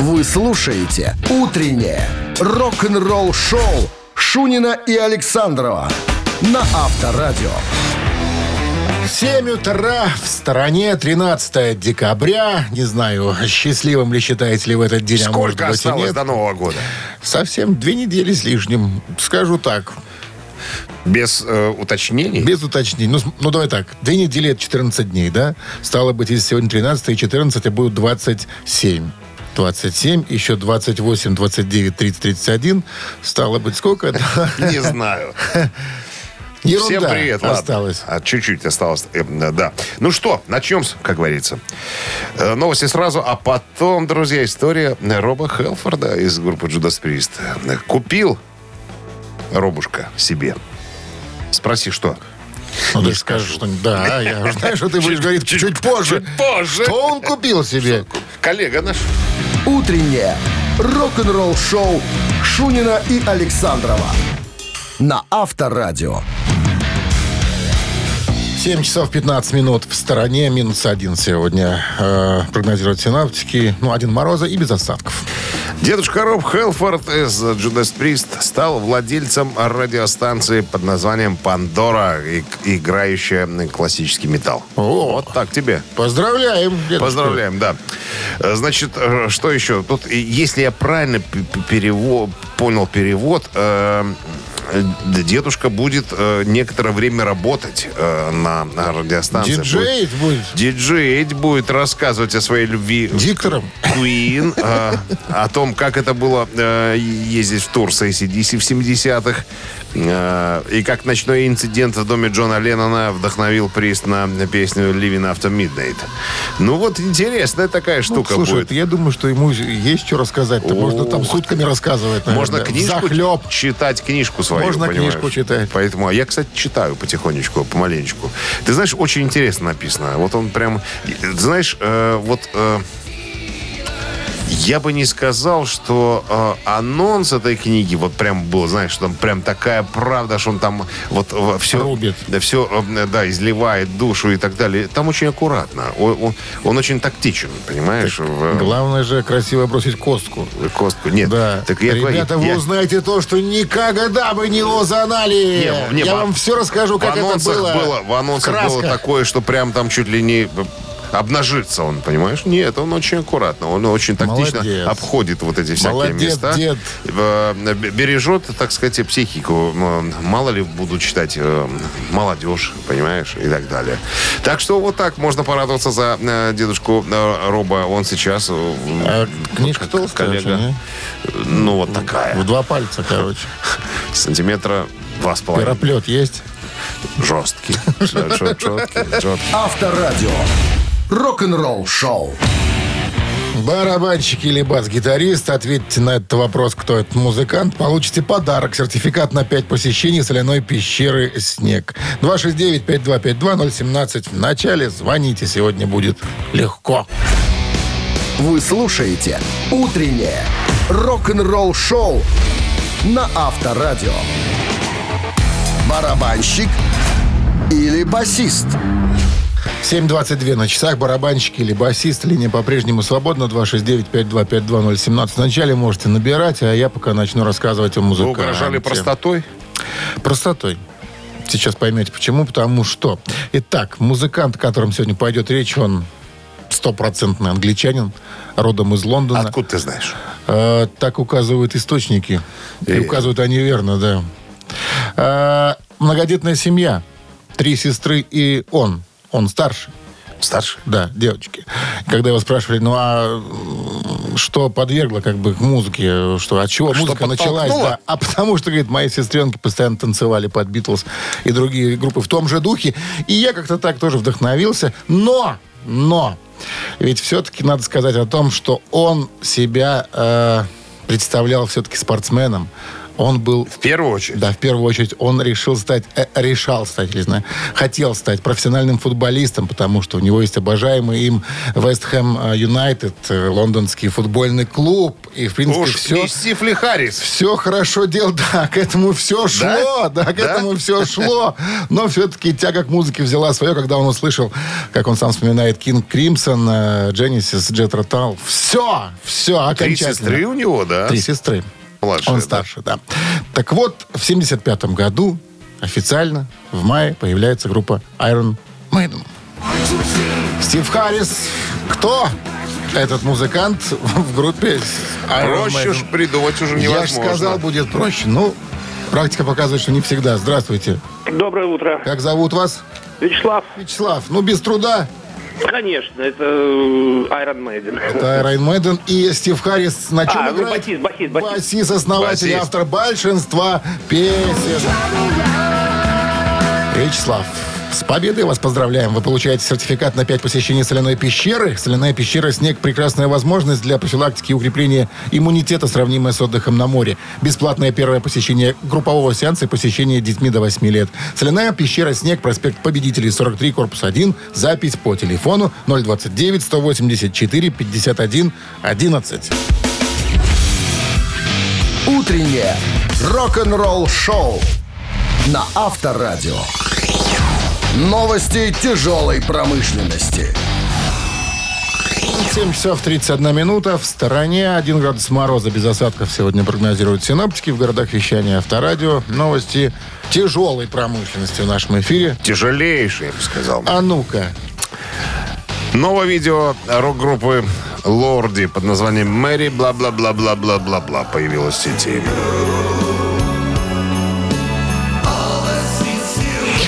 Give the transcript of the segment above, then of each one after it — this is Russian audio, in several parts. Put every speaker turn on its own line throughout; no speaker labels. Вы слушаете «Утреннее рок-н-ролл-шоу» Шунина и Александрова на Авторадио.
7 утра в стране, 13 декабря. Не знаю, счастливым ли считаете ли в этот день, а может
Сколько
быть и
осталось
нет.
до Нового года?
Совсем две недели с лишним. Скажу так,
Без э, уточнений?
без уточнений. Ну, с- ну, давай так, две недели это 14 дней, да? Стало быть, если сегодня 13 и 14, а будет 27. 27, еще 28, 29, 30, 31. Стало быть, сколько? Да.
Не знаю. Всем
Ерунда
привет. ладно.
осталось.
А, чуть-чуть осталось. Эм, э, да. Ну что, начнем, с- как говорится. Э, новости сразу, а потом, друзья, история Роба Хелфорда из группы Judas Priest. Э, Купил Робушка себе. Спроси, что?
Ну, ты же скажешь что-нибудь. Да, я уже знаю, что ты будешь говорить чуть позже.
позже.
Что он купил себе?
Коллега наш.
«Утреннее рок-н-ролл-шоу» Шунина и Александрова на Авторадио.
7 часов 15 минут в стороне, минус один сегодня. Э, прогнозируют синаптики. Ну, один мороза и без осадков.
Дедушка Роб Хелфорд из Judas Priest стал владельцем радиостанции под названием «Пандора», и- играющая классический металл.
О.
Вот так тебе.
Поздравляем, дедушка.
Поздравляем, да. Э, Значит, э, что еще? Тут, э, если я правильно п- п- перево- понял перевод, э, э, д- дедушка будет э, некоторое время работать э, на, на радиостанции.
Диджей будет
Будет- Диджеить будет рассказывать о своей любви к
диктором.
Queen, э, о том, как это было э, ездить в тур с ACDC в 70-х, э, и как ночной инцидент в доме Джона Леннона вдохновил Прист на песню «Living After Midnight». Ну вот интересная такая
Ну,
штука
Слушай,
будет.
я думаю, что ему есть что рассказать. то Можно там
Ох
сутками рассказывать,
Можно книжку
Захлеб.
читать, книжку свою,
Э, Можно
понимаешь?
книжку читать.
Поэтому, а я, кстати, читаю потихонечку, помаленечку. Ты знаешь, очень интересно написано. Вот он прям, ты знаешь, э, вот э, я бы не сказал, что э, анонс этой книги вот прям был, знаешь, что там прям такая правда, что он там вот все,
Рубит.
да все, да, изливает душу и так далее. Там очень аккуратно. Он, он- он очень тактичен, понимаешь? в- э,
Главное же красиво бросить костку.
Костку. Нет.
Да.
Так я говорю,
Ребята, вы
я-
узнаете то, что никогда бы не лозанали.
Не, не,
Э, я
в-
вам все расскажу,
в
как это
анонсах
было.
В анонсах
Краска.
было такое, что прям там чуть ли не э, обнажится он, понимаешь? Нет, он очень аккуратно, он очень тактично
Молодец.
обходит вот эти всякие
Молодец,
места.
дед.
Э, б- Бережет, так сказать, и психику. М, Мало ли будут читать э, молодежь, понимаешь, и так далее. Так что вот так можно порадоваться за э, дедушку э, Роба. Он сейчас... э,
А книжка
как
толстая
коллега.
очень,
Ну, вот такая.
В два пальца, короче.
Сантиметра два с половиной.
Параплет есть.
Жесткий. Жесткий, жесткий.
Авторадио. Рок-н-ролл-шоу.
Барабанщик или бас-гитарист, ответьте на этот вопрос, кто этот музыкант, получите подарок, сертификат на 5 посещений соляной пещеры «Снег». 269-5252-017. В начале звоните, сегодня будет легко.
Вы слушаете «Утреннее рок-н-ролл-шоу» на Авторадио. Барабанщик или басист?
7.22 на часах, барабанщик или басист, линия по-прежнему свободна, 269-5252017. Вначале можете набирать, а я пока начну рассказывать о
Вы
музыканте.
угрожали простотой?
Простотой. Сейчас поймете, почему. Потому что... Итак, музыкант, о котором сегодня пойдет речь, он стопроцентный англичанин, родом из Лондона.
Откуда ты знаешь?
Э, так указывают источники. И
Э.
указывают они верно, да. Э, многодетная семья. Три сестры и он. Он старше.
Старше?
Да, девочки. Когда его спрашивали, ну а м, что подвергло как бы к музыке, что от чего
Что
музыка
подтолкнуло?
началась, да. А потому что, говорит, мои сестренки постоянно танцевали под Битлз и другие группы в том же духе. И я как-то так тоже вдохновился. Но, но, ведь все-таки надо сказать о том, что он себя э, представлял все-таки спортсменом. Он был... В
первую очередь?
Да, в первую очередь. Он решил стать... э, решал стать, не знаю, хотел стать профессиональным футболистом, потому что у него есть обожаемый им Вест Хэм э, Юнайтед, э, лондонский футбольный клуб. И, в принципе,
Уж
все...
не Стив Ли Харрис.
Все хорошо делал, да, к этому все шло, да, к
Да?
этому все шло. Но все-таки тяга к музыке взяла свое, когда он услышал, как он сам вспоминает, э, Кинг Кримсон, Дженнисис, Джет Ротал. Все, все,
Три
окончательно.
сестры у него, да?
Три сестры.
Младшая,
он
да.
старше, да. Так вот, в 75 году официально в мае появляется группа Iron Maiden. Стив Харрис. Кто этот музыкант в группе Iron
Проще
Maiden?
А ж придумать уже невозможно.
Я же сказал, будет проще. Ну, практика показывает, что не всегда. Здравствуйте.
Доброе утро.
Как зовут вас?
Вячеслав,
Вячеслав. Ну, без труда.
конечно, это э, Iron Maiden.
Это Райн Мэдден и Стив Харрис. На чем
А, ну,
играет?
басист, басист, басист.
Басист, основатель, и
Басист.
автор большинства песен. Вячеслав, с победой вас поздравляем. Вы получаете сертификат на 5 посещений соляной пещеры. Соляная пещера «Снег» – прекрасная возможность для профилактики и укрепления иммунитета, сравнимая с отдыхом на море. Бесплатное первое посещение группового сеанса и посещение детьми до 8 лет. Соляная пещера «Снег», проспект Победителей, 43, корпус 1. Запись по телефону 029-184-51-11.
Утреннее рок-н-ролл-шоу на Авторадио. Новости тяжелой промышленности.
7 часов 31 минута. В стороне 1 градус мороза без осадков сегодня прогнозируют синоптики. В городах вещания Авторадио. Новости тяжелой промышленности в нашем эфире.
Тяжелейший, я бы сказал.
А ну-ка.
Новое видео рок-группы Лорди под названием Мэри бла-бла-бла-бла-бла-бла-бла появилось в сети.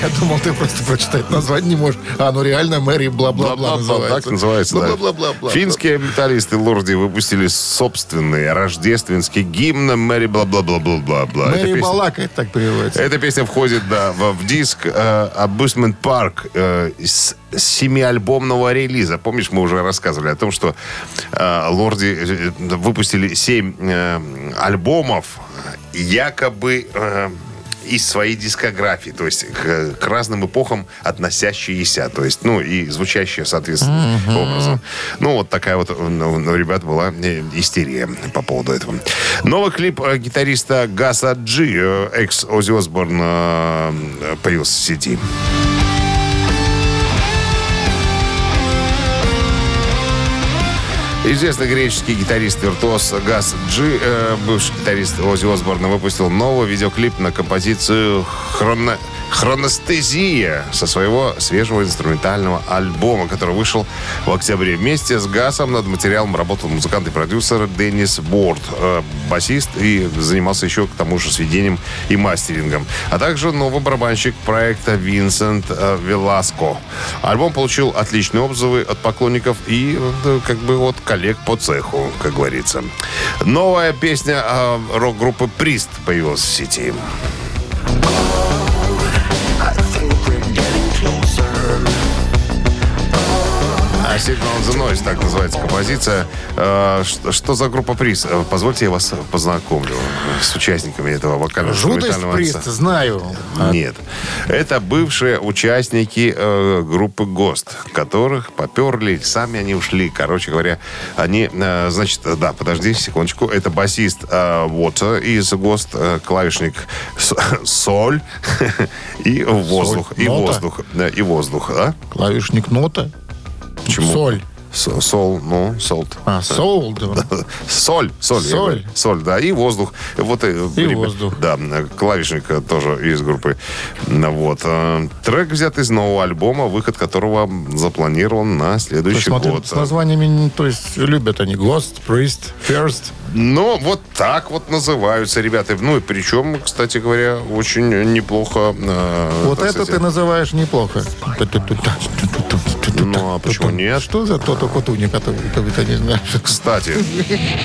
Я думал, ты просто прочитать название не можешь. А, ну реально Мэри бла-бла-бла
Бла-бла-бла,
называется.
так называется, да.
Бла-бла-бла-бла.
Финские металлисты Лорди выпустили собственный рождественский гимн Мэри бла-бла-бла-бла-бла-бла. Эта
Мэри
песня-
Балакает так переводится.
Эта песня входит да, в, в диск э, Абусмент Парк с э, семиальбомного релиза. Помнишь, мы уже рассказывали о том, что э, Лорди э, выпустили семь э, альбомов якобы э, из своей дискографии, то есть к, к разным эпохам относящиеся, то есть, ну, и звучащие соответственно образом. Ну, вот такая вот э, ну, у ребят была э, истерия по поводу этого. Новый клип э, гитариста Гаса Джи, э, экс Ози Осборн, э, появился в сети. Известный греческий гитарист и виртуоз Гас Джи, э, бывший гитарист Ози Осборна, выпустил новый видеоклип на композицию «Хроно- «Хроностезия» со своего свежего инструментального альбома, который вышел в октябре. Вместе с Гасом над материалом работал музыкант и продюсер Деннис Борт, э, басист, и занимался еще к тому же сведением и мастерингом. А также новый барабанщик проекта Винсент э, Веласко. Альбом получил отличные отзывы от поклонников и э, как бы от коллег по цеху, как говорится. Новая песня э, рок-группы Прист появилась в сети. А Signal on the Noise, так называется композиция. Э, Что, что за группа Прист? Э, Позвольте, я вас познакомлю с участниками этого вокального
Жутость приз, знаю.
нет. Это бывшие участники э, группы ГОСТ, которых поперли, сами они ушли. Короче говоря, они, э, значит, э, да, подожди секундочку. Это басист э, Water из ГОСТ, э, клавишник С- Соль и воздух. И
Нота.
воздух. да, И воздух, да?
Клавишник нота.
Почему?
Соль.
С- Сол, ну, солт.
А, соул. да.
Соль, соль, я
Соль.
говорю. соль, да, и воздух. Вот, и
воздух.
Да, клавишник э, тоже из группы. Ну, Вот. э, Трек взят из нового альбома, выход которого запланирован на
То
следующий
есть, смотрю,
год.
с названиями, не- то есть, любят они. Ghost, Priest, First.
Но Ну, вот так вот называются ребята. Ну и причем, кстати говоря, очень неплохо. э,
Вот
так
это ты
сказать,
называешь неплохо.
Ну, а почему нет?
Что за то-то котуня, который ты не знаешь?
Кстати,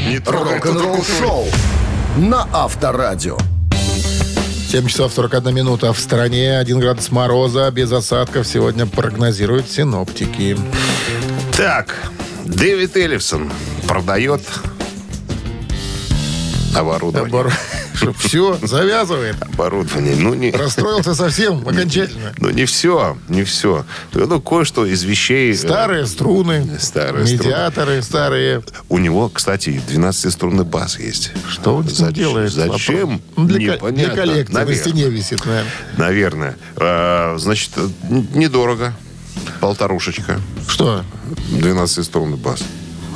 не трогай тут руку.
Рок-н-ролл-шоу на Авторадио.
7 часов 41 минута. В стране 1 градус мороза, без осадков. Сегодня прогнозируют синоптики.
Так, Дэвид Эллифсон продает оборудование.
Обор- Все, завязывает.
Оборудование. Ну, не...
Расстроился совсем окончательно.
Ну, не все, не все. Ну, кое-что из вещей... э,
Старые струны.
Старые
Медиаторы старые.
У него, кстати, 12-струнный бас есть.
Что он с ним
Зачем-
делает?
Зачем?
Ну, Для, ко- для
Непонятно.
коллекции на
Наверное.
стене висит, наверное.
Наверное. Э, Значит, э, н- недорого. Полторушечка.
Что?
12-струнный бас.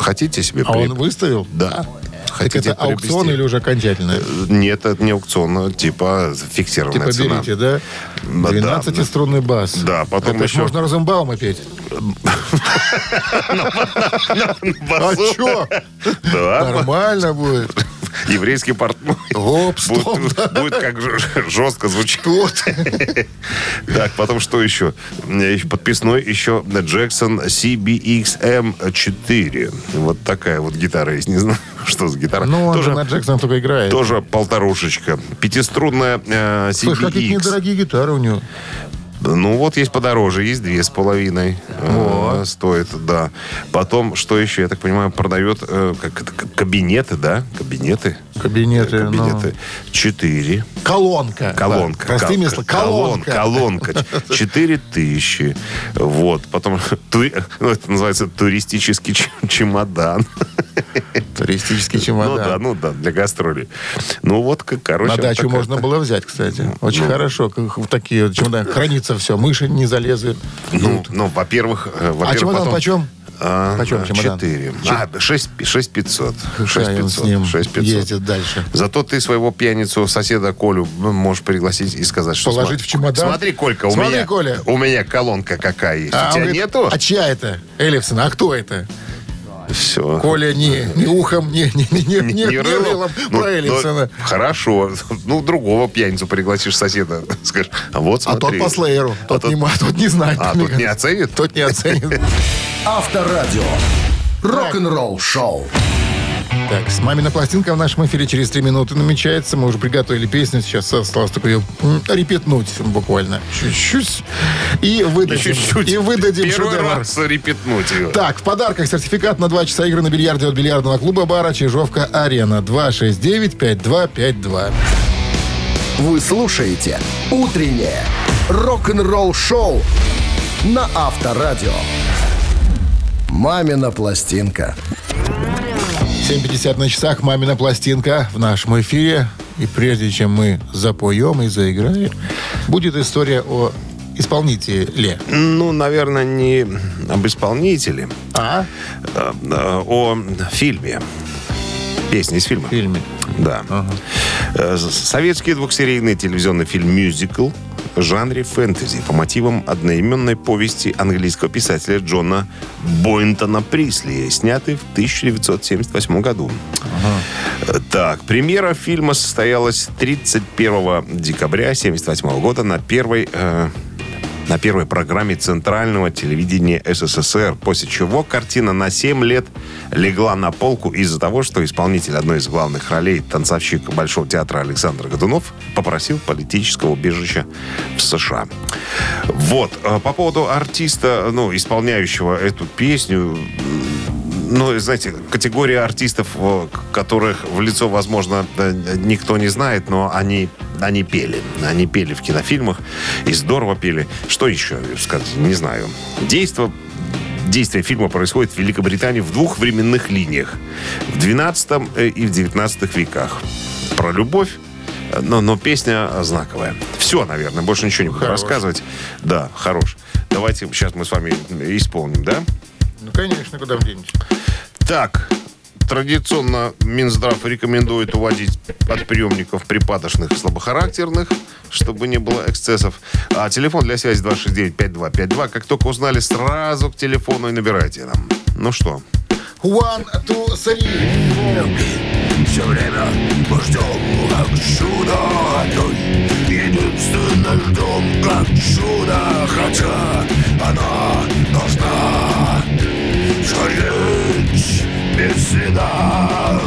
Хотите себе
А
при-
он выставил?
Да.
Так
Хотите
это аукцион
приобрести?
или уже окончательное?
Нет, это не аукцион, а типа
Типа
фиксированная цена.
берите, да?
Да,
12-струнный бас.
Да, потом
Это ж
еще-
можно Розенбаума петь. А
Басу.
чё?
Да.
Нормально будет.
Еврейский портной.
Оп, стоп.
Будет, будет как ж- жестко звучит. Так, потом что еще? У меня еще Подписной еще на Jackson CBXM4. Вот такая вот гитара есть. Не знаю, что за гитара.
Ну, он же
тоже,
на Джексона только играет.
тоже полторушечка. Пятиструнная э, CBX.
Слушай, а какие недорогие гитары у него.
Ну, вот есть подороже, есть две с половиной. э, Стоит, да. Потом, что еще, я так понимаю, продает э, как это, к- кабинеты, да? Кабинеты.
Кабинеты. ну.
Кабинеты. Четыре.
Колонка.
Колонка.
Да, Простыми
Кол-
словами.
колон-
Колонка.
Колонка. Четыре тысячи. Вот. Потом, тури- ну, это называется туристический чем- чемодан.
Туристический
Ну да,
чемодан.
ну да, для гастролей. Ну вот, к- короче.
На
вот
дачу
такая- Ну,
можно было взять, кстати. Очень хорошо. как В такие вот чемоданы. Хранится все. Мыши не залезут.
Ну, ну, во-первых, э, во-первых,
А чемодан
потом-
почем?
А,
Почем чемодан?
4. А, 6, 500.
Пускай он с ним
6500.
ездит дальше.
Зато ты своего пьяницу, соседа Колю, ну, можешь пригласить и сказать, что...
Положить
сма-
в чемодан?
Смотри, Колька, у,
Смотри,
меня,
Коля.
у меня колонка какая есть.
А
у
он
тебя
говорит,
нету?
А чья это? Эллифсон, а кто это?
Все.
Коля не, не ухом, не, не, не, не, не, рылом
Ну,
про Эллифсона.
ну, хорошо. Ну, другого пьяницу пригласишь соседа. Скажешь, а вот
а
смотри.
тот по слееру, тот, не, ма- тот не знает.
А, тот не оценит?
Тот не оценит.
Авторадио. Рок-н-ролл шоу.
Так, с мамина пластинка в нашем эфире через три минуты намечается. Мы уже приготовили песню, сейчас осталось только ее м, репетнуть буквально. Чуть-чуть. И выдадим,
Чуть-чуть.
и выдадим
Первый
шедевр.
раз репетнуть ее.
Так, в подарках сертификат на 2 часа игры на бильярде от бильярдного клуба бара «Чижовка-Арена». 269-5252.
Вы слушаете «Утреннее рок-н-ролл-шоу» на Авторадио. «Мамина пластинка».
7.50 на часах «Мамина пластинка» в нашем эфире. И прежде чем мы запоем и заиграем, будет история о исполнителе.
Ну, наверное, не об исполнителе,
А?
а, а, о фильме. Песня из фильма.
В фильме.
Да. Э, с- Советский двухсерийный телевизионный фильм «Мюзикл» в жанре фэнтези по мотивам одноименной повести английского писателя Джона Бойнтона Присли, снятый в 1978 году. Э, Так, премьера фильма состоялась 31 декабря 1978 года на первой э, на первой программе Центрального телевидения СССР, после чего картина на 7 лет легла на полку из-за того, что исполнитель одной из главных ролей, танцовщик Большого театра Александр Годунов, попросил политического убежища в США. Вот, э, по поводу артиста, ну, исполняющего эту песню, ну, знаете, категория артистов, о, к- которых в лицо, возможно, э, никто не знает, но они, они пели. Они пели в кинофильмах и здорово пели. Что еще сказать? Не знаю. Действо Действие фильма происходит в Великобритании в двух временных линиях. В 12 и в 19 веках. Про любовь, э, но, но песня знаковая. Все, наверное, больше ничего не буду
Хорош.
рассказывать. Да, хорош. Давайте сейчас мы с вами исполним, да?
Ну, конечно, куда в денешь.
Так, традиционно Минздрав рекомендует уводить от приемников припадочных и слабохарактерных, чтобы не было эксцессов. А телефон для связи 269-5252. Как только узнали, сразу к телефону и набирайте нам. Ну что?
One, two, three.
Все время мы ждем, как чудо одной. Единственно ждем, как чудо, хотя она должна сгореть без следа.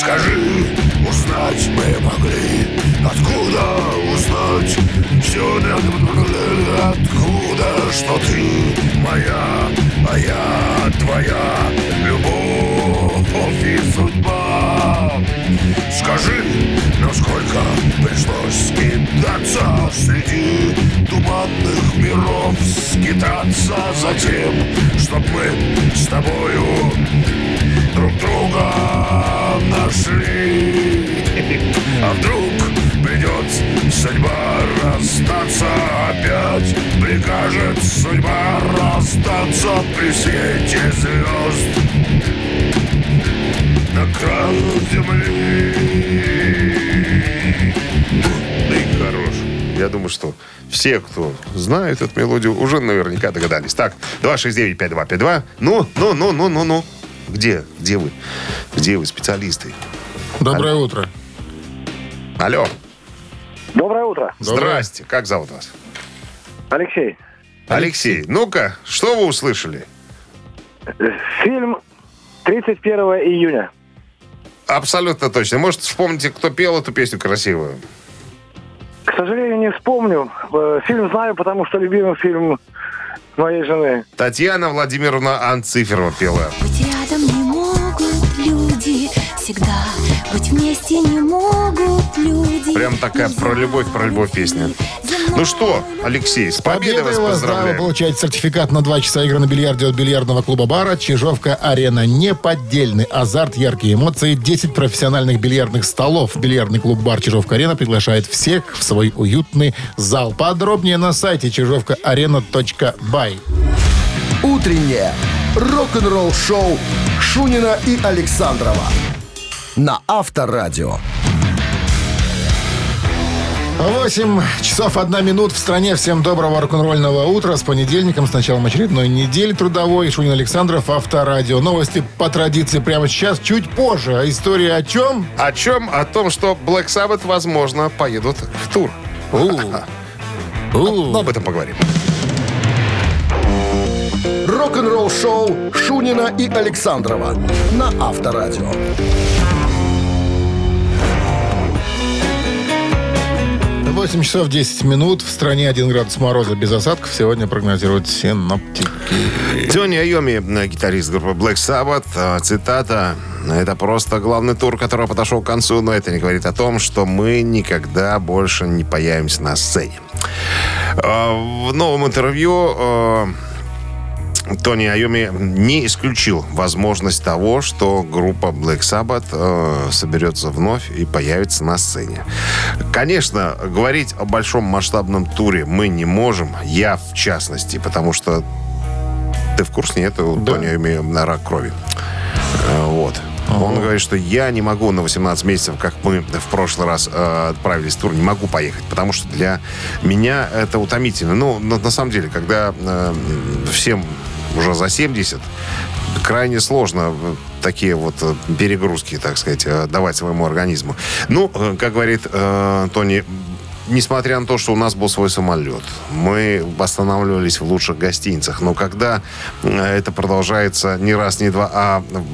Скажи, узнать мы могли, откуда узнать все, откуда, что ты моя, а я твоя любовь и судьба. Скажи, насколько борется за тем, чтоб мы с тобою друг друга нашли. А вдруг придет судьба расстаться опять, прикажет судьба расстаться при свете звезд на краю земли.
Ты хорош. Я думаю, что все, кто знает эту мелодию, уже наверняка догадались. Так, 269-5252. Ну, ну, ну, ну, ну, ну. Где? Где вы? Где вы, специалисты?
Доброе утро.
Алло,
Доброе утро,
Доброе.
здрасте. Как зовут вас?
Алексей.
Алексей. Ну-ка, что вы услышали?
Фильм 31 июня.
Абсолютно точно. Может, вспомните, кто пел эту песню красивую?
К сожалению, не вспомню. Э, Фильм знаю, потому что любимый фильм моей жены.
Татьяна Владимировна Анциферова пела.
Быть рядом не могут люди всегда. Быть вместе не могут люди.
Прям такая про любовь, про любовь песня. Ну что, Алексей, с победой вас
да, вы
поздравляю.
получаете сертификат на 2 часа игры на бильярде от бильярдного клуба бара «Чижовка Арена». Неподдельный азарт, яркие эмоции, 10 профессиональных бильярдных столов. Бильярдный клуб бар «Чижовка Арена» приглашает всех в свой уютный зал. Подробнее на сайте чижовкаарена.бай.
Утреннее рок-н-ролл-шоу Шунина и Александрова на Авторадио.
8 часов 1 минут в стране. Всем доброго рок-н-ролльного утра. С понедельником, с началом очередной недели трудовой. Шунин Александров, Авторадио. Новости по традиции прямо сейчас, чуть позже. А история о чем?
О чем? О том, что Black Sabbath, возможно, поедут в тур.
У.
Но об этом поговорим.
Рок-н-ролл-шоу Шунина и Александрова на Авторадио.
8 часов 10 минут. В стране 1 градус мороза без осадков. Сегодня прогнозируют синоптики.
Тёни Айоми, э, гитарист группы Black Sabbath, э, цитата, «Это просто главный тур, который подошел к концу, но это не говорит о том, что мы никогда больше не появимся на сцене». Э, В новом интервью э, Тони Айоми не исключил возможность того, что группа Black Sabbath э, соберется вновь и появится на сцене. Конечно, говорить о большом масштабном туре мы не можем, я в частности, потому что ты в курсе, нет? У
Да.
Тони Айоми на рак крови. Э, Вот. Он говорит, что я не могу на 18 месяцев, как мы в прошлый раз э, отправились в тур, не могу поехать, потому что для меня это утомительно. Ну, на, на самом деле, когда э, всем уже за 70, крайне сложно э, такие вот э, перегрузки, так сказать, э, давать своему организму. Ну, э, как говорит э, Тони, несмотря на то, что у нас был свой самолет, мы останавливались в лучших гостиницах. Но когда э, это продолжается не раз, не два, а м,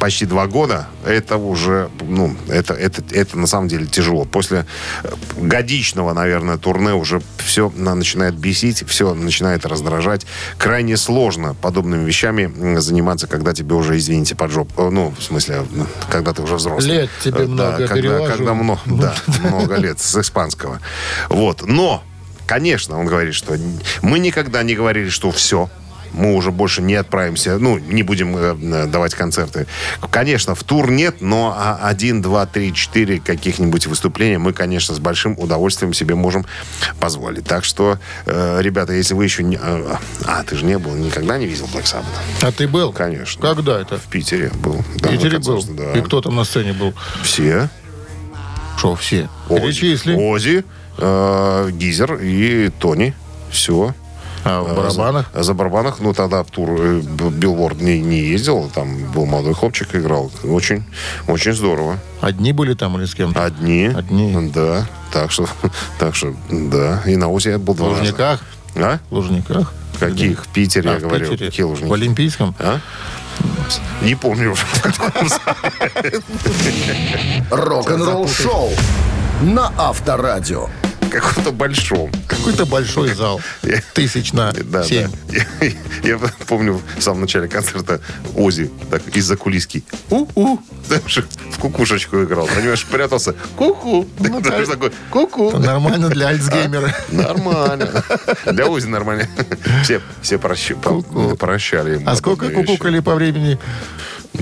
почти два года, это уже, ну, это, это, это на самом деле тяжело. После э, годичного, наверное, турне уже все начинает бесить, все начинает раздражать. Крайне сложно подобными вещами м, заниматься, когда тебе уже, извините, под жопу, э, ну, в смысле, м, когда ты уже взрослый.
Лет тебе
Э, да,
много,
когда-
перевожу.
когда мно- да, много лет с испанского. Вот, но, конечно, он говорит, что н- мы никогда не говорили, что все, мы уже больше не отправимся, ну, не будем э, м, давать концерты. Конечно, в тур нет, но а, один, два, три, четыре каких-нибудь выступления мы, конечно, с большим удовольствием себе можем позволить. Так что, э, ребята, если вы еще не... э, а, ты же не был, никогда не видел Black Sabbath?
А ты был?
Конечно.
Когда это?
В Питере был.
В
да, на
Питере был?
концерте, да.
И кто там на сцене был?
Все.
Шо, все?
Ози.
Перечисли.
Ози, э, Гизер и Тони. Все.
А в барабанах?
За, за барабанах. Ну, тогда в тур э, Б- Билборд не, не ездил. Там был молодой хлопчик, играл. Очень, очень здорово.
Одни были там или с кем-то?
Одни.
Одни.
Да. Так что, так что, да. И на Ози я был
В
два раза.
Лужниках?
А?
В Лужниках?
Каких? В Питере,
А,
я
в
говорил.
Питере?
Какие лужники?
В Олимпийском?
А? Не помню уже. в каком
Рок-н-ролл-шоу на Авторадио.
каком-то большом.
Какой-то большой зал. Тысяч на
Да,
семь.
да. Я, я помню в самом начале концерта Ози так из-за кулиски. У-у. Даже в кукушечку играл. Понимаешь, прятался. Ку-ку.
Ну,
Ты
так.
такой, ку-ку.
Это Нормально
А,
для альцгеймера.
Нормально. Для Ози нормально. Все, все прощ- по-
Ку-ку.
прощали ему.
А сколько
подобные вещи.
кукукали по времени?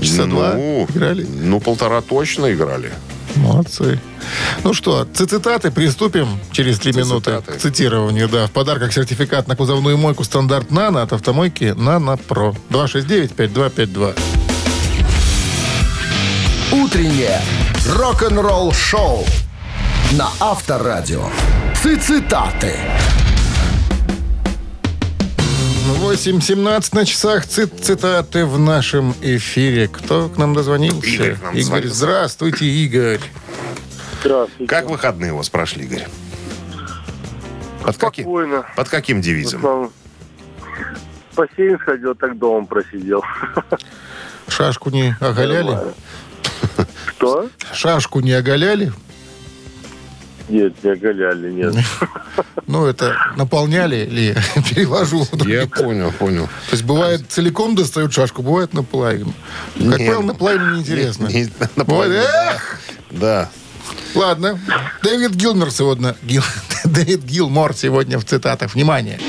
Часа два
Ну,
играли?
Ну, полтора точно играли.
Молодцы. Ну что, ци- цитаты приступим через три минуты
Цитаты.
к цитированию. Да, в подарках сертификат на кузовную мойку стандарт «Нано» от автомойки «Нано Про». 269-5252.
Утреннее рок-н-ролл-шоу на Авторадио. Цитаты.
8.17 на часах Ци- цитаты в нашем эфире. Кто к нам дозвонился?
Игорь к нам
Игорь,
дозвонился.
здравствуйте, Игорь.
Здравствуйте.
Как выходные у вас прошли, Игорь? Под каким,
Спокойно. Ну,
под каким девизом?
В Бассейн сходил, так дома просидел.
Шашку не оголяли?
Что?
Шашку не оголяли?
Нет, не оголяли, нет.
Ну, это наполняли ли? Перевожу.
Я понял, понял.
То есть
А-
бывает целиком достают шашку, бывает наполовину. Как
Не.
правило, наполовину неинтересно.
Не- не
Бывает,
наполовину,
эх!
Да.
Ладно. Дэвид Гилмор сегодня... Гил- Дэвид Гилмор сегодня в цитатах. Внимание!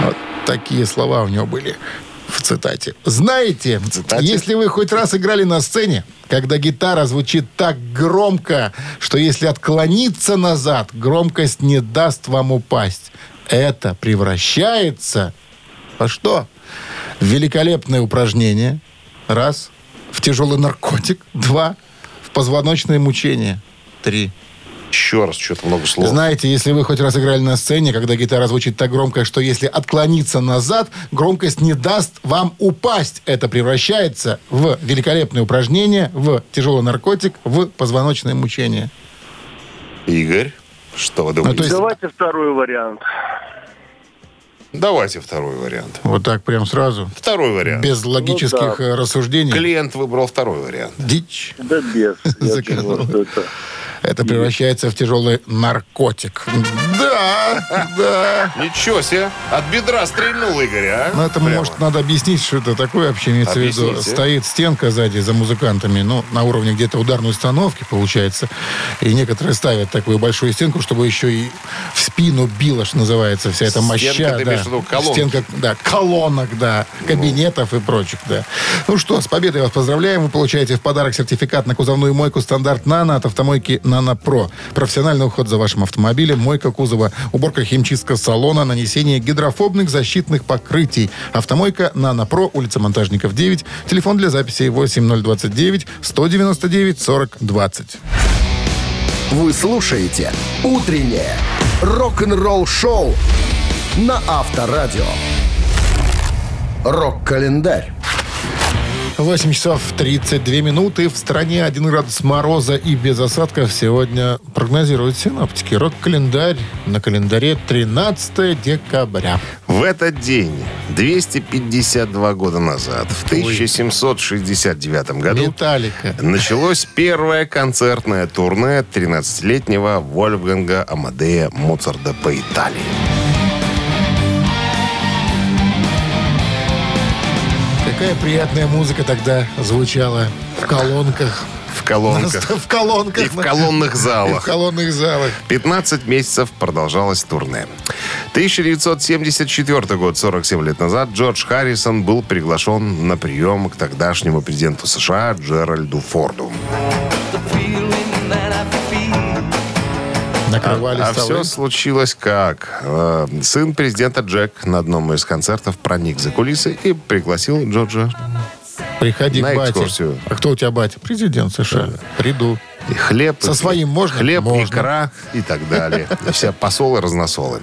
Вот такие слова у него были в цитате. Знаете,
цитате?
если вы хоть раз играли на сцене, когда гитара звучит так громко, что если отклониться назад, громкость не даст вам упасть. Это превращается во что? В великолепное упражнение. Раз. В тяжелый наркотик. Два. В позвоночное мучение. Три.
Еще раз, что-то много слов.
Знаете, если вы хоть раз играли на сцене, когда гитара звучит так громко, что если отклониться назад, громкость не даст вам упасть. Это превращается в великолепное упражнение, в тяжелый наркотик, в позвоночное мучение.
Игорь, что вы
Ну,
думаете?
то есть
Давайте второй вариант.
Давайте второй вариант.
вот так прям сразу,
Второй вариант.
без
Ну
логических э, рассуждений.
Клиент выбрал второй вариант.
Дичь.
Да без. Я
Заказал.
думаю, что это...
Это превращается в тяжелый наркотик. Да, да.
Ничего себе. От бедра стрельнул Игорь, а?
Ну, это,
Прямо.
может, надо объяснить, что это такое вообще имеется в виду.
Объясните.
Стоит стенка сзади за музыкантами, ну, на уровне где-то ударной установки, получается. И некоторые ставят такую большую стенку, чтобы еще и в спину било, что называется, вся эта
Стенка,
моща.
ты
да.
имеешь в виду колонки?
Стенка, да, колонок, да, кабинетов и прочих, да. Ну что, с победой вас поздравляем. Вы получаете в подарок сертификат на кузовную мойку стандарт «Нано» от автомойки «Нано Про». Профессиональный уход за вашим автомобилем, мойка кузова, уборка химчистка салона, нанесение гидрофобных защитных покрытий. Автомойка «Нано Про», улица Монтажников, 9. Телефон для записи 8029 199 40 20.
Вы слушаете «Утреннее рок-н-ролл-шоу» на Авторадио. Рок-календарь.
8 часов 32 минуты. В стране 1 градус мороза и без осадков сегодня прогнозируют синоптики. Рок-календарь на календаре 13 декабря.
В этот день, 252 года назад, в 1769 году,
Металлика.
началось первое концертное турне 13-летнего Вольфганга Амадея Моцарда по Италии.
Какая приятная музыка тогда звучала в колонках.
В колонках.
В колонках.
И в колонных
И в
залах.
колонных залах.
15 месяцев продолжалось турне. 1974 год, 47 лет назад, Джордж Харрисон был приглашен на прием к тогдашнему президенту США Джеральду Форду.
Накрывали
А
столы.
все случилось как? Э, Сын президента Джек на одном из концертов проник за кулисы и пригласил Джорджа.
Приходи
на
к бате.
экскурсию.
А кто у тебя батя? Президент США. Приду.
И хлеб.
Со
и-
своим можно?
Хлеб,
Можно.
икра и так далее. И Все посолы, разносолы.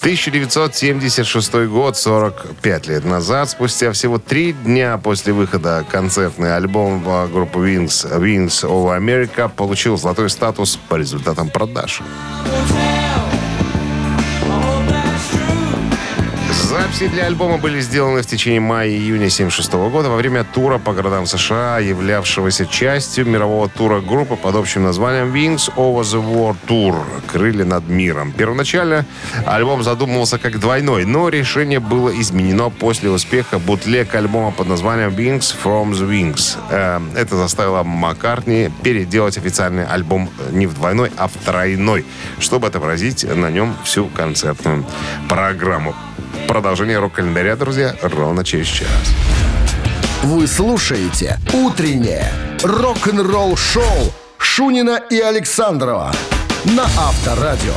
1976 год, 45 лет назад, спустя всего три дня после выхода концертный альбом э, группы Wings, Wings of America получил золотой статус по результатам продаж. За Записи для альбома были сделаны в течение мая-июня 76 года во время тура по городам США, являвшегося частью мирового тура группы под общим названием Wings Over the World Tour «Крылья над миром». Первоначально альбом задумывался как двойной, но решение было изменено после успеха бутлег альбома под названием Wings From the Wings. Эм, Это заставило Маккартни переделать официальный альбом не в двойной, а в тройной, чтобы отобразить на нем всю концертную программу. Продолжение рок-календаря, друзья, ровно через час.
Вы слушаете «Утреннее рок-н-ролл-шоу» Шунина и Александрова на Авторадио.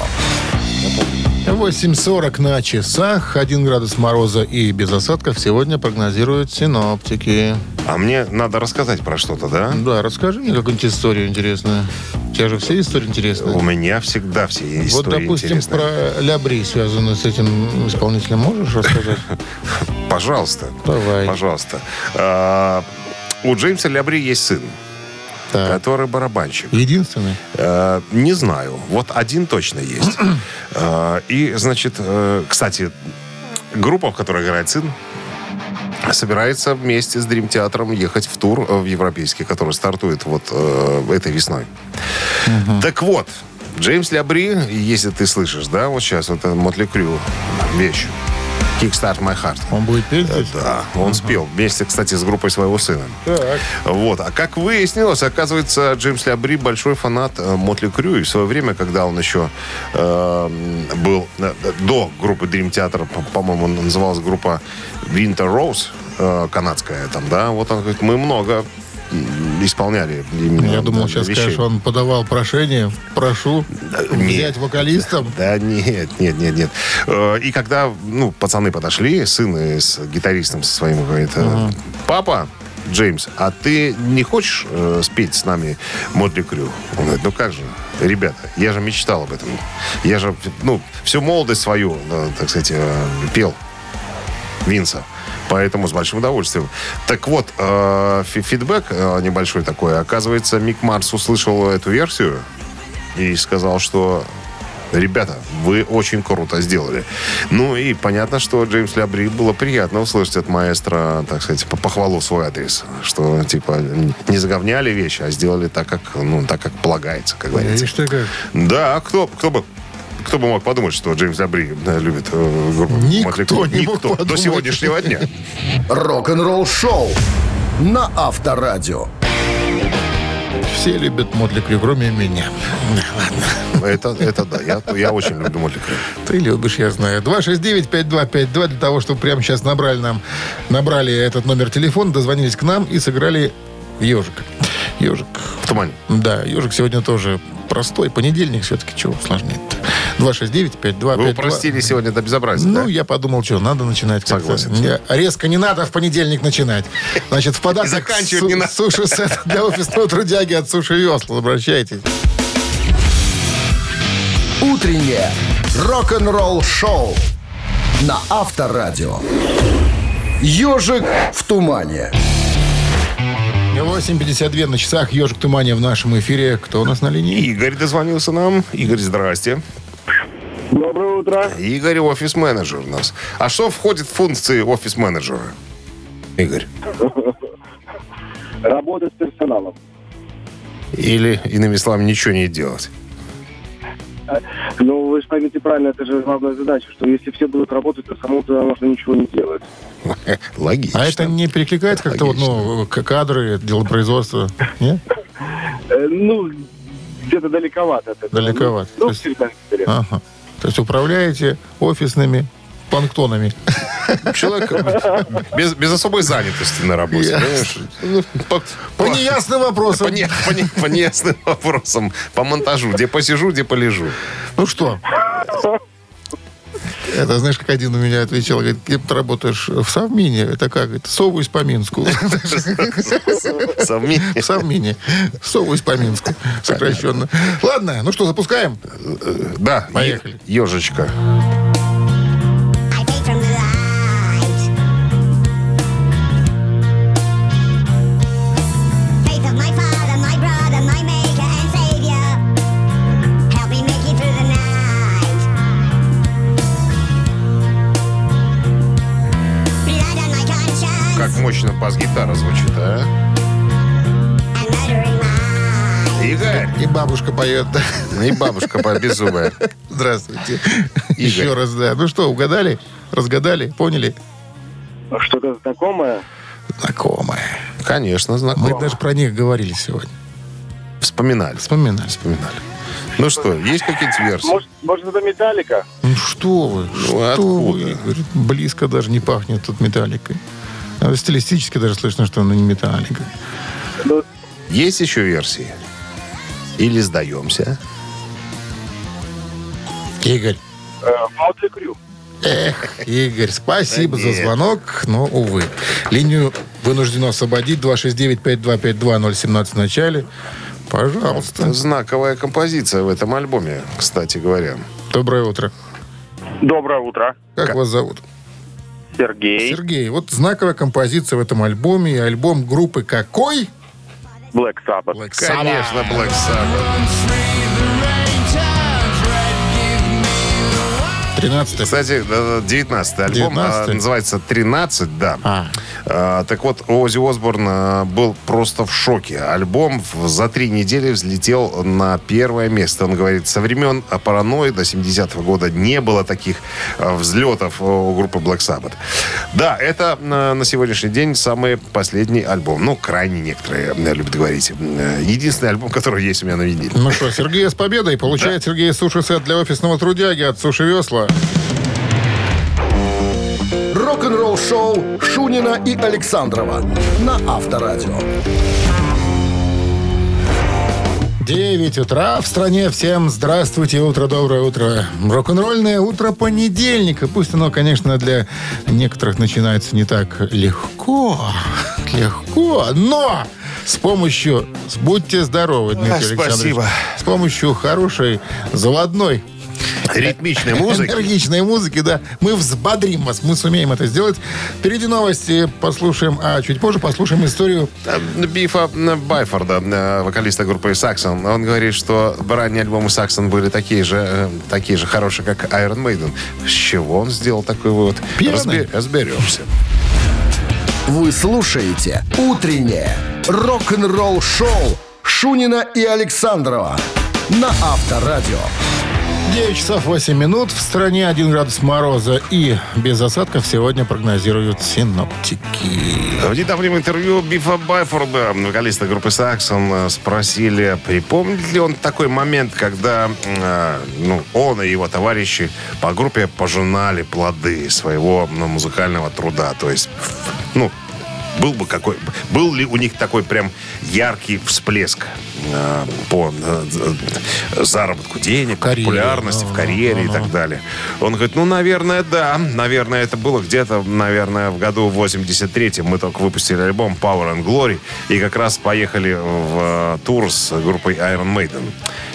8.40 на часах, 1 градус мороза и без осадков сегодня прогнозируют синоптики.
А мне надо рассказать про что-то, да?
Да, расскажи мне какую-нибудь историю интересную. У тебя же все истории интересные.
У меня всегда все истории
вот, допустим,
интересные.
про Лябри, связанную с этим исполнителем, можешь рассказать?
Пожалуйста.
Давай.
Пожалуйста. А, у Джеймса Лябри есть сын,
Так.
который барабанщик.
Единственный?
Э, Не знаю. Вот один точно есть. Э, И, значит, э, кстати, группа, в которой играет сын, собирается вместе с Дрим Театром ехать в тур э, в европейский, который стартует вот э, этой весной. Так вот, Джеймс Лябри, если ты слышишь, да, вот сейчас, вот это Мотли Крю вещь. Kickstart My Heart.
Он будет петь здесь?
Да, он спел вместе, кстати, с группой своего сына. Вот. А как выяснилось, оказывается, Джеймс Лябри большой фанат э, Мотли Крю. И в свое время, когда он еще э, был э, до группы Dream Theater, по- по-моему, называлась группа Winter Rose, э, канадская там, да, вот он говорит, мы много м, исполняли именно
Ну, Я думал,
э,
сейчас
вещей.
скажешь, он подавал прошение, прошу
не.
взять вокалистом.
Да нет, нет, нет, нет. Э, И когда, ну, пацаны подошли, сын и с гитаристом со своим говорит, э, папа, Джеймс, а ты не хочешь э, спеть с нами Модли Крю? Он говорит, ну как же, ребята, я же мечтал об этом. Я же, ну, всю молодость свою, э, так сказать, э, пел Винса. Поэтому с большим удовольствием. Так вот, э, фи- фидбэк э, небольшой такой. Оказывается, Мик Марс услышал эту версию и сказал, что Ребята, вы очень круто сделали. Ну и понятно, что Джеймс Лябри было приятно услышать от маэстро, так сказать, по похвалу в свой адрес. Что, типа, не заговняли вещи, а сделали так, как, ну, так, как полагается, как говорится.
Видишь ты как?
Да, а кто, кто бы кто бы мог подумать, что Джеймс Лябри э, любит э, группу
Никто
Mötley Crüe?
не мог
Никто. До
подумать.
сегодняшнего дня.
Рок-н-ролл-шоу на Авторадио.
Все любят Мотли Крю, кроме меня.
Это, это да, я, я очень люблю Мотли
Ты любишь, я знаю. 269-5252 для того, чтобы прямо сейчас набрали нам, набрали этот номер телефона, дозвонились к нам и сыграли ежик. Ежик.
В тумане.
Да, ежик сегодня тоже простой. Понедельник все-таки чего усложнее-то. 269-5252.
Вы упростили сегодня до безобразия,
Ну,
да?
я подумал, что надо начинать как-то.
Согласен.
Не, резко не надо в понедельник начинать. Значит, в подарок
И заканчивать не надо.
суши-сет для офисного трудяги от Суши Весла. Обращайтесь.
Утреннее рок-н-ролл-шоу на Авторадио. Ежик в тумане.
8.52 на часах. Ежик Туманя в нашем эфире. Кто у нас на линии?
Игорь дозвонился нам. Игорь, здрасте.
Доброе утро.
Игорь офис-менеджер у нас. А что входит в функции офис-менеджера? Игорь.
Работа с персоналом.
Или, иными словами, ничего не делать.
Ну, вы же поймите правильно, это же главная задача, что если все будут работать, то самому туда можно ничего не делать.
Логично.
А это не перекликает как-то вот, ну, к- кадры, делопроизводство? Нет?
Э, ну, где-то далековато. От этого.
Далековато. А?
Ну,
То
ну,
есть-
всегда интересно.
Ага. То есть управляете офисными планктонами.
Человек без, без особой занятости на работе. понимаешь? По,
По
по-
неясным
по
вопросам.
не- по не- по неясным вопросам. По монтажу. Где посижу, где полежу.
Ну что? Это, знаешь, как один у меня отвечал, говорит, где ты работаешь? В Совмине. Это как? Это Сову из Поминску.
Совместно.
В Совмине. Сову из Поминска. Сокращенно. Ладно, ну что, запускаем?
Да,
Поехали.
ежечка.
Help me make it through the night.
звучит, а? Игорь!
И бабушка поет. да.
Ну И бабушка по- беззубая.
Здравствуйте. Еще раз, да. Ну что, угадали? Разгадали? Поняли?
Ну, Что-то знакомое?
Знакомые.
Конечно,
Мы
знакомая.
даже про них говорили сегодня.
Вспоминали.
Вспоминали.
Вспоминали. Ну что, есть какие-то версии?
может это металлика?
Ну что вы, что
откуда?
вы? Говорит, Близко даже не пахнет тут металликой. А Стилистически даже слышно, что она не металлика.
Есть еще версии? Или сдаемся?
Игорь.
Э, Мотли Крю.
Эх, Игорь, спасибо
Да
за
нет.
звонок, но, увы. Линию вынуждено освободить. 269-5252-017 в начале. Пожалуйста.
Знаковая композиция в этом альбоме, кстати говоря.
Доброе утро.
Доброе утро.
Как, вас зовут?
Сергей.
Сергей. Вот знаковая композиция в этом альбоме. И альбом группы какой?
Black Sabbath.
Black
Конечно, Black Sabbath.
13
Кстати, э, 19-й альбом а,
19-й?
называется 13, да.
А.
А, Так вот, Ози Осборн э, был просто в шоке. Альбом в- за три недели взлетел на первое место. Он говорит, со времен паранойи до 70-го года не было таких э, взлетов э, у группы Black Sabbath. Да, это э, на сегодняшний день самый последний альбом. Ну, крайне некоторые э, любят говорить. Э, Единственный альбом, который есть у меня на виниле.
Ну что, Сергей с победой. Получает Сергей суши-сет для офисного трудяги от суши-весла.
Рок-н-ролл-шоу Шунина и Александрова на Авторадио.
9 утра в стране. Всем здравствуйте, утро, доброе утро. Рок-н-ролльное утро понедельника. Пусть оно, конечно, для некоторых начинается не так легко, легко, но с помощью, будьте здоровы, Дмитрий Александрович.
спасибо.
С помощью хорошей заводной
Ритмичной музыки.
Энергичной музыки, да. Мы взбодрим вас, мы сумеем это сделать. Впереди новости послушаем, а чуть позже послушаем историю
Э, Бифа э, Байфорда, э, вокалиста группы Саксон, он говорит, что ранние альбомы Саксон были такие же, э, такие же хорошие, как Iron Maiden. С чего он сделал такой вывод?
Пьяный.
разберемся.
Вы слушаете «Утреннее рок-н-ролл-шоу» Шунина и Александрова на Авторадио.
9 часов 8 минут. В стране 1 градус мороза и без осадков сегодня прогнозируют синоптики.
В недавнем интервью Бифа Байфорда, вокалиста группы Саксон, э, спросили, припомнит ли он такой момент, когда э, ну, он и его товарищи по группе пожинали плоды своего ну, музыкального труда. То есть, ну, был бы какой, был ли у них такой прям яркий всплеск э, по э, э, заработку денег,
Карьере,
популярности в
ага,
карьере и так далее. Он говорит, ну, наверное, да. Наверное, это было где-то, наверное, в году 83-м. Мы только выпустили альбом Power and Glory и как раз поехали в э, тур с группой Iron Maiden.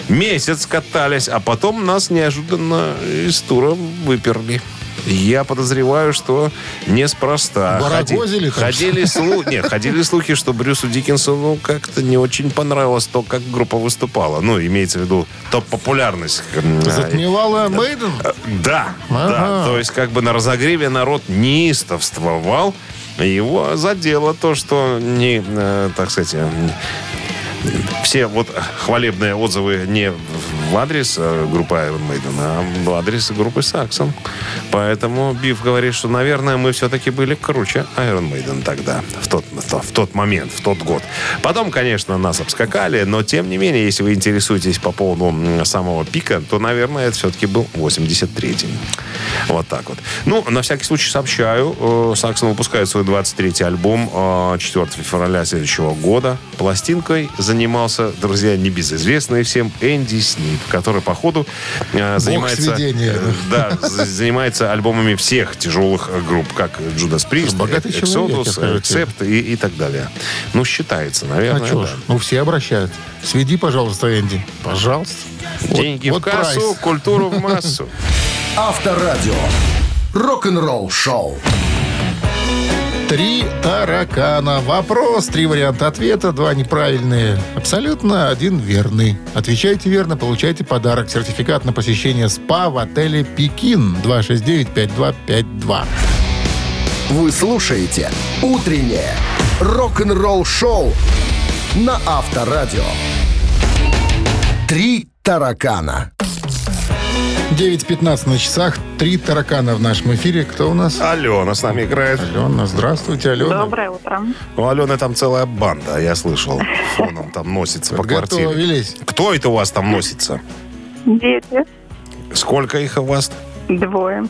Месяц катались, а потом нас неожиданно из тура выперли. Я подозреваю, что неспроста.
Барагозили там, что ли?
ходили, слу- нет, ходили слухи, что Брюсу Диккенсону как-то не очень понравилось то, как группа выступала. Ну, имеется в виду топ-популярность. м, а,
Затмевала Мейден?
да,
Ага.
да. То есть как бы на разогреве народ неистовствовал. и Его задело то, что не, э, так сказать, э, все вот хвалебные отзывы не в адрес э, группы Iron Maiden, а в адрес группы Саксон. Поэтому Биф говорит, что, наверное, мы все-таки были круче Iron Maiden тогда, в тот, в то- в тот момент, в тот год. Потом, конечно, нас обскакали, но тем не менее, если вы интересуетесь по поводу м, самого пика, то, наверное, это все-таки был 83-й. Вот так вот. Ну, на всякий случай сообщаю, э, Саксон выпускает свой 23-й альбом э, 4 февраля следующего года. Пластинкой занимался, друзья, небезызвестный всем Энди Снип, который, по ходу, э, занимается...
сведения.
э, да, за- занимается альбомами всех тяжелых э, групп, как Джудас Прист,
Богатый человек, я
Эксодус,
скажу тебе.
Эксепт и, и так далее. Ну, считается,
А
наверное.
чё
да.
ж, ну все обращаются. Сведи, пожалуйста, Энди. Пожалуйста. Вот-
Деньги
вот
в кассу,
прайс.
культуру в массу.
Авторадио. Рок-н-ролл-шоу.
Три таракана. Вопрос, три варианта ответа, два неправильные. Абсолютно один верный. Отвечайте верно, получайте подарок. Сертификат на посещение СПА в отеле «Пекин». 269-5252.
Вы слушаете «Утреннее рок-н-ролл-шоу на Авторадио. Три таракана.
9.15 на часах. Три таракана в нашем эфире. Кто у нас?
Алена с нами играет.
Алена. Здравствуйте, Алена.
Доброе утро.
У Алены там целая банда, я слышал. Фоном там носится по квартире.
Подготовились.
Кто это у вас там носится?
Дети.
Сколько их у вас?
Двое.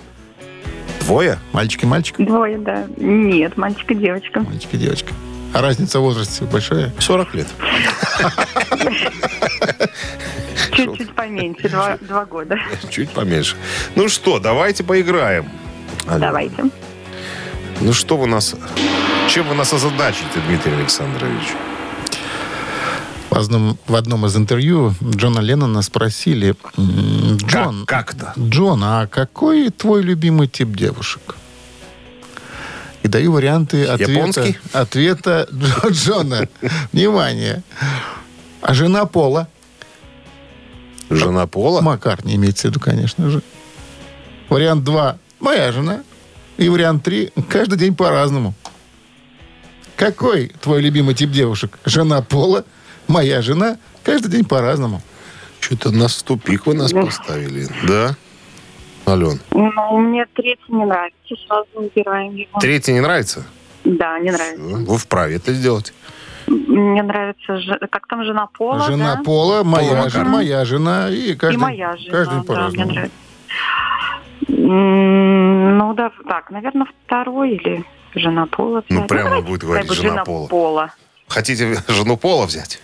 Двое?
Мальчики, мальчик.
Двое, да. Нет, мальчик и девочка.
Мальчики, девочка. А разница в возрасте большая?
40 лет.
Чуть-чуть поменьше, два, два года.
Чуть поменьше. Ну что, давайте поиграем. Алена,
Давайте.
Ну что вы нас... Чем вы нас озадачите, Дмитрий Александрович?
В одном, в одном из интервью Джона Леннона спросили, м, Джон,
Как- как-то.
Джон, а какой твой любимый тип девушек? И даю варианты ответа,
Японский?
ответа Джо- Джона. Внимание. А жена Пола,
Жена Пола?
Макар не имеется в виду, конечно же. Вариант 2. Моя жена. И вариант 3. Каждый день по-разному. Какой твой любимый тип девушек? Жена Пола, моя жена, каждый день по-разному.
Что-то нас в тупик вы нас поставили. Да? Ален.
Ну, мне третий не нравится, сразу убираем его.
Третий не нравится?
Да, не нравится.
Вы вправе это сделать.
Мне нравится, ж- как там, жена Пола,
жена
да?
Пола, моя,
Макар.
жена, моя жена и каждый,
и моя жена,
каждый день
да, мне
по-разному.
нравится. М, Ну, да, так, наверное, второй или жена Пола.
Ну,
опять.
прямо
давайте
будет
пускай
говорить
будет
жена
жена
Пола.
Пола.
Хотите жену Пола взять?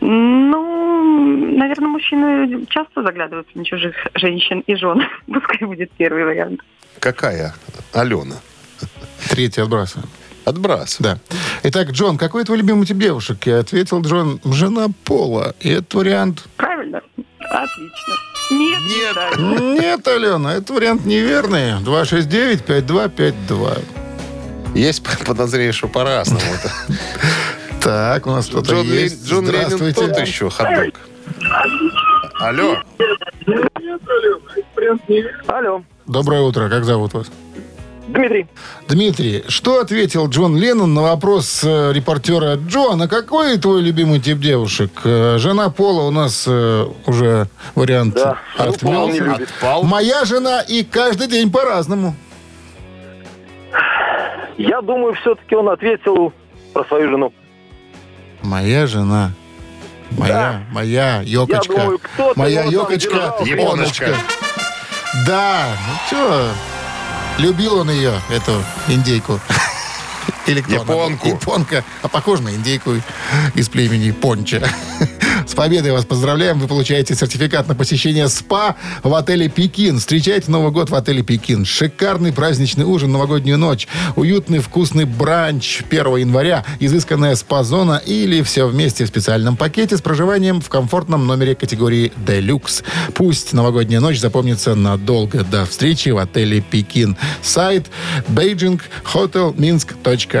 Ну, наверное, мужчины часто заглядываются на чужих женщин и жен. Пускай будет первый вариант.
Какая? Алена.
Третий отбрасываем.
Отбрас.
Да. Итак, Джон, какой твой любимый тип девушек? И ответил Джон, жена Пола. И этот вариант...
Правильно? Отлично. Нет,
Нет.
не так.
Нет, Алена, этот вариант неверный. 269-5252.
Есть подозрение, что по-разному.
Так, у нас кто-то
Джон, Ле-
есть.
Джон Ленин
Здравствуйте.
тот еще ходок. Алло.
Алло,
Доброе утро. Как зовут вас?
Дмитрий.
Дмитрий, что ответил Джон Леннон на вопрос э, репортера Джона? Какой твой любимый тип девушек? Э, жена Пола у нас э, уже вариант
Да.
отмёл.
Пол не любит.
Отпал.
Моя жена и каждый день по-разному.
Я думаю, все-таки он ответил про свою жену.
Моя жена. Моя, моя йокочка.
Я думаю, кто-то
моя
его там
йокочка,
держал.
Японочка.
Яночка. Да, ну чё, любил он ее, эту индейку. Или кто она была?
Японку.
Японка, а похожа на индейку из племени Понча. С победой вас поздравляем. Вы получаете сертификат на посещение СПА в отеле «Пекин». Встречайте Новый год в отеле «Пекин». Шикарный праздничный ужин, новогоднюю ночь, уютный вкусный бранч 1 января, изысканная СПА-зона или все вместе в специальном пакете с проживанием в комфортном номере категории «Делюкс». Пусть новогодняя ночь запомнится надолго. До встречи в отеле «Пекин». Сайт beijinghotelminsk.com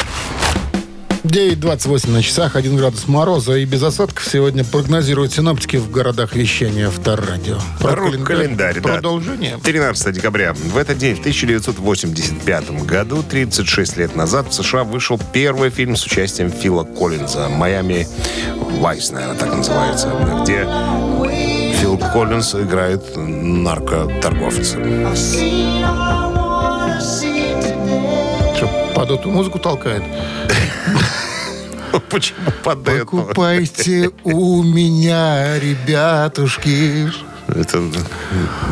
9.28 на часах, 1 градус мороза и без осадков сегодня прогнозируют синоптики в городах вещания Авторадио. Про
Рок-календарь, да.
Продолжение.
13 декабря. В этот день, в 1985 году, 36 лет назад, в США вышел первый фильм с участием Фила Коллинза «Майами Вайс», наверное, так называется, где Фил Коллинз играет наркоторговца.
Что, под эту музыку толкает?
Почему под это?
Покупайте у меня, ребятушки.
Это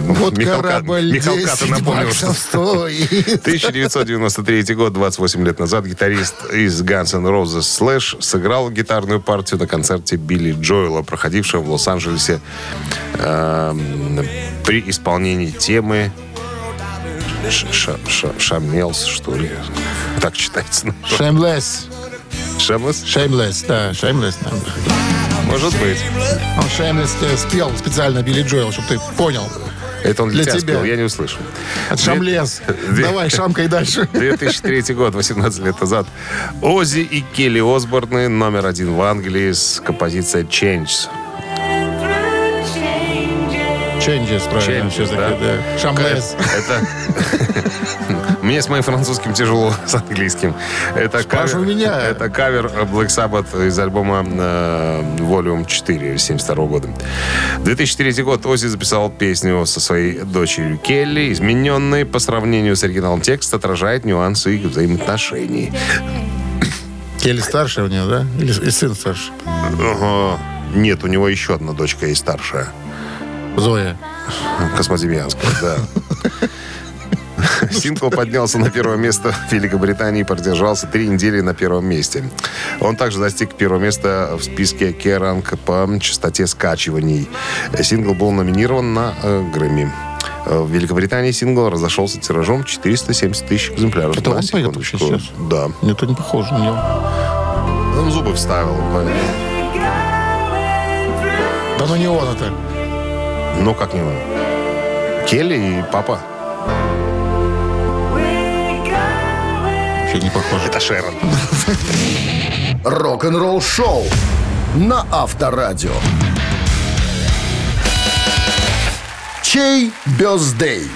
Вот
Михалка-
корабль
Михалка-то
10
напомнил, что
баксов стоит.
1993 год, 28 лет назад, гитарист из Guns N' Roses Slash сыграл гитарную партию на концерте Билли Джоэла, проходившего в Лос-Анджелесе эм, при исполнении темы Ш- Ша- Ша- Шамелс, что ли? Так читается. ну,
Shameless.
Шамелс?
Shameless, да, shameless. да.
Может быть.
Он shameless э, спел специально Билли Джоэл, чтобы ты понял.
Это он для,
Для
тебя
тебя.
спел, я не услышал.
Шамлес.
Две-
Давай, шамкай дальше.
2003 год, 18 лет назад. Ози и Келли Осборны номер один в Англии с композицией «Change».
Changes, правильно.
Changes,
всё такое,
да.
да. Шамлес.
Это... Мне с моим французским тяжело, с английским. Это
Спрашивай
кавер,
меня.
это кавер Black Sabbath из альбома э, Volume 4 1972 года. 2003 год Оззи записал песню со своей дочерью Келли, измененной по сравнению с оригиналом текст, отражает нюансы их взаимоотношений.
Келли старше у него, да? Или, или сын старше?
Ага. Нет, у него еще одна дочка есть старшая.
Зоя.
Космодемьянского, да. Сингл поднялся на первое место в Великобритании и продержался три недели на первом месте. Он также достиг первого места в списке Керанг по частоте скачиваний. Сингл был номинирован на э, Грэмми. Э, В Великобритании сингл разошелся тиражом 470 тысяч экземпляров.
Это
На
он поет вообще
секундочку.
сейчас?
Да.
Это не похоже на него.
Он зубы вставил.
Да ну не он это.
Ну, как не он? Келли и папа.
Вообще не похоже.
Это Шерон.
Рок-н-ролл шоу на Авторадио. Чей бездей?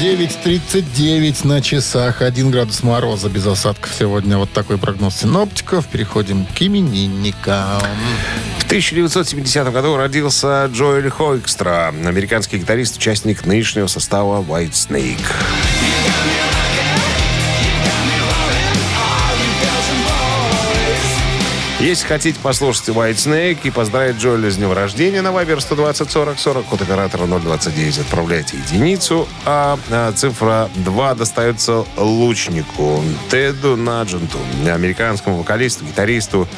9.39 на часах. 1 градус мороза без осадков сегодня. Вот такой прогноз синоптиков. Переходим к именинникам.
В 1970 году родился Джоэль Хойкстра, американский гитарист, участник нынешнего состава White Snake. Если хотите послушать White Snake и поздравить Джоэля с днем рождения на Viber 120 40 40, код оператора 029, отправляйте единицу, а, а, цифра 2 достается лучнику Теду Надженту, американскому вокалисту, гитаристу,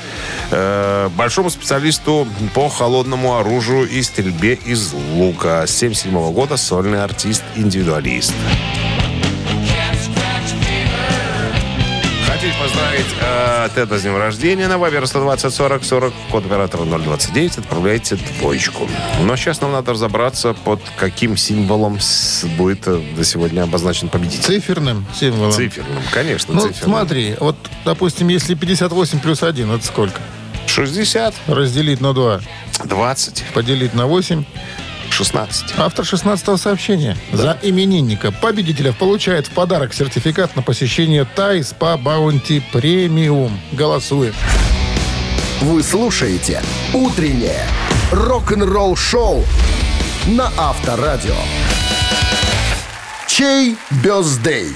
э, большому специалисту по холодному оружию и стрельбе из лука. С 77 года сольный артист-индивидуалист. Хотите поздравить э, Теда с днем рождения на Viber 120 40 40, код оператора 029, отправляйте двоечку. Но сейчас нам надо разобраться, под каким символом с- будет э, до сегодня обозначен победитель.
Циферным символом.
Циферным, конечно,
Ну,
циферным.
смотри, вот, допустим, если 58 плюс 1, это сколько?
60,
Разделить на 2,
20,
поделить на 8.
16.
Автор 16-го сообщения за именинника победителя получает в подарок сертификат на посещение Тай Спа Баунти Премиум. Голосуем.
Вы слушаете «Утреннее рок-н-ролл шоу» на Авторадио. Чей бездей?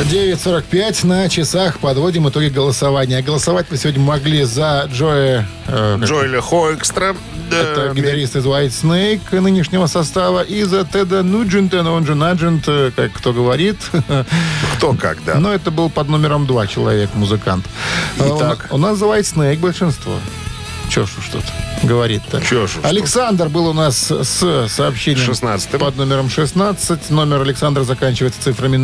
9.45 на часах подводим итоги голосования. Голосовать вы сегодня могли за Джоя, э, как-
Джоэля Хоэкстра. да,
это гитарист из White Snake нынешнего состава, и за Теда Нуджента, но он же Наджент, э, как кто говорит.
Кто как, да.
Но это был под номером два человек, музыкант. А у
Итак.
на- У нас за White Snake большинство. Чё ж уж что-то говорит-то.
Чё ж уж
Александр был у нас с сообщением
16-м.
под номером 16. Номер Александра заканчивается цифрами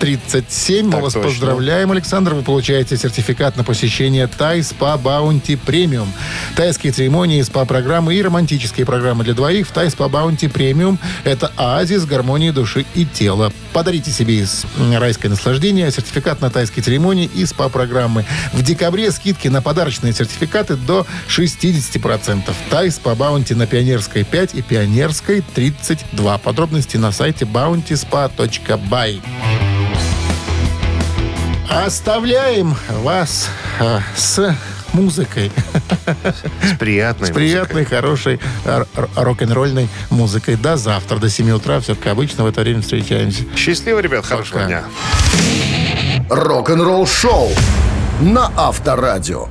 037. Мы
Так
вас
точно.
поздравляем, Александр. Вы получаете сертификат на посещение Тай Спа Баунти Премиум. Тайские церемонии, спа-программы и романтические программы для двоих в Тай Спа Баунти Премиум. Это оазис гармонии души и тела. Подарите себе из м, райское наслаждение сертификат на тайские церемонии и спа-программы. В декабре скидки на подарочные сертификаты до 60%. Тай Спа Баунти на Пионерской 5 и Пионерской 32. Подробности на сайте bountyspa.by. Оставляем вас а, с музыкой.
С приятной
С приятной, хорошей р- р- рок-н-ролльной музыкой. До завтра, до 7 утра. Все как обычно в это время встречаемся.
музыкой. Счастливо, ребят, хорошего
Пока.
дня.
Рок-н-ролл шоу на Авторадио.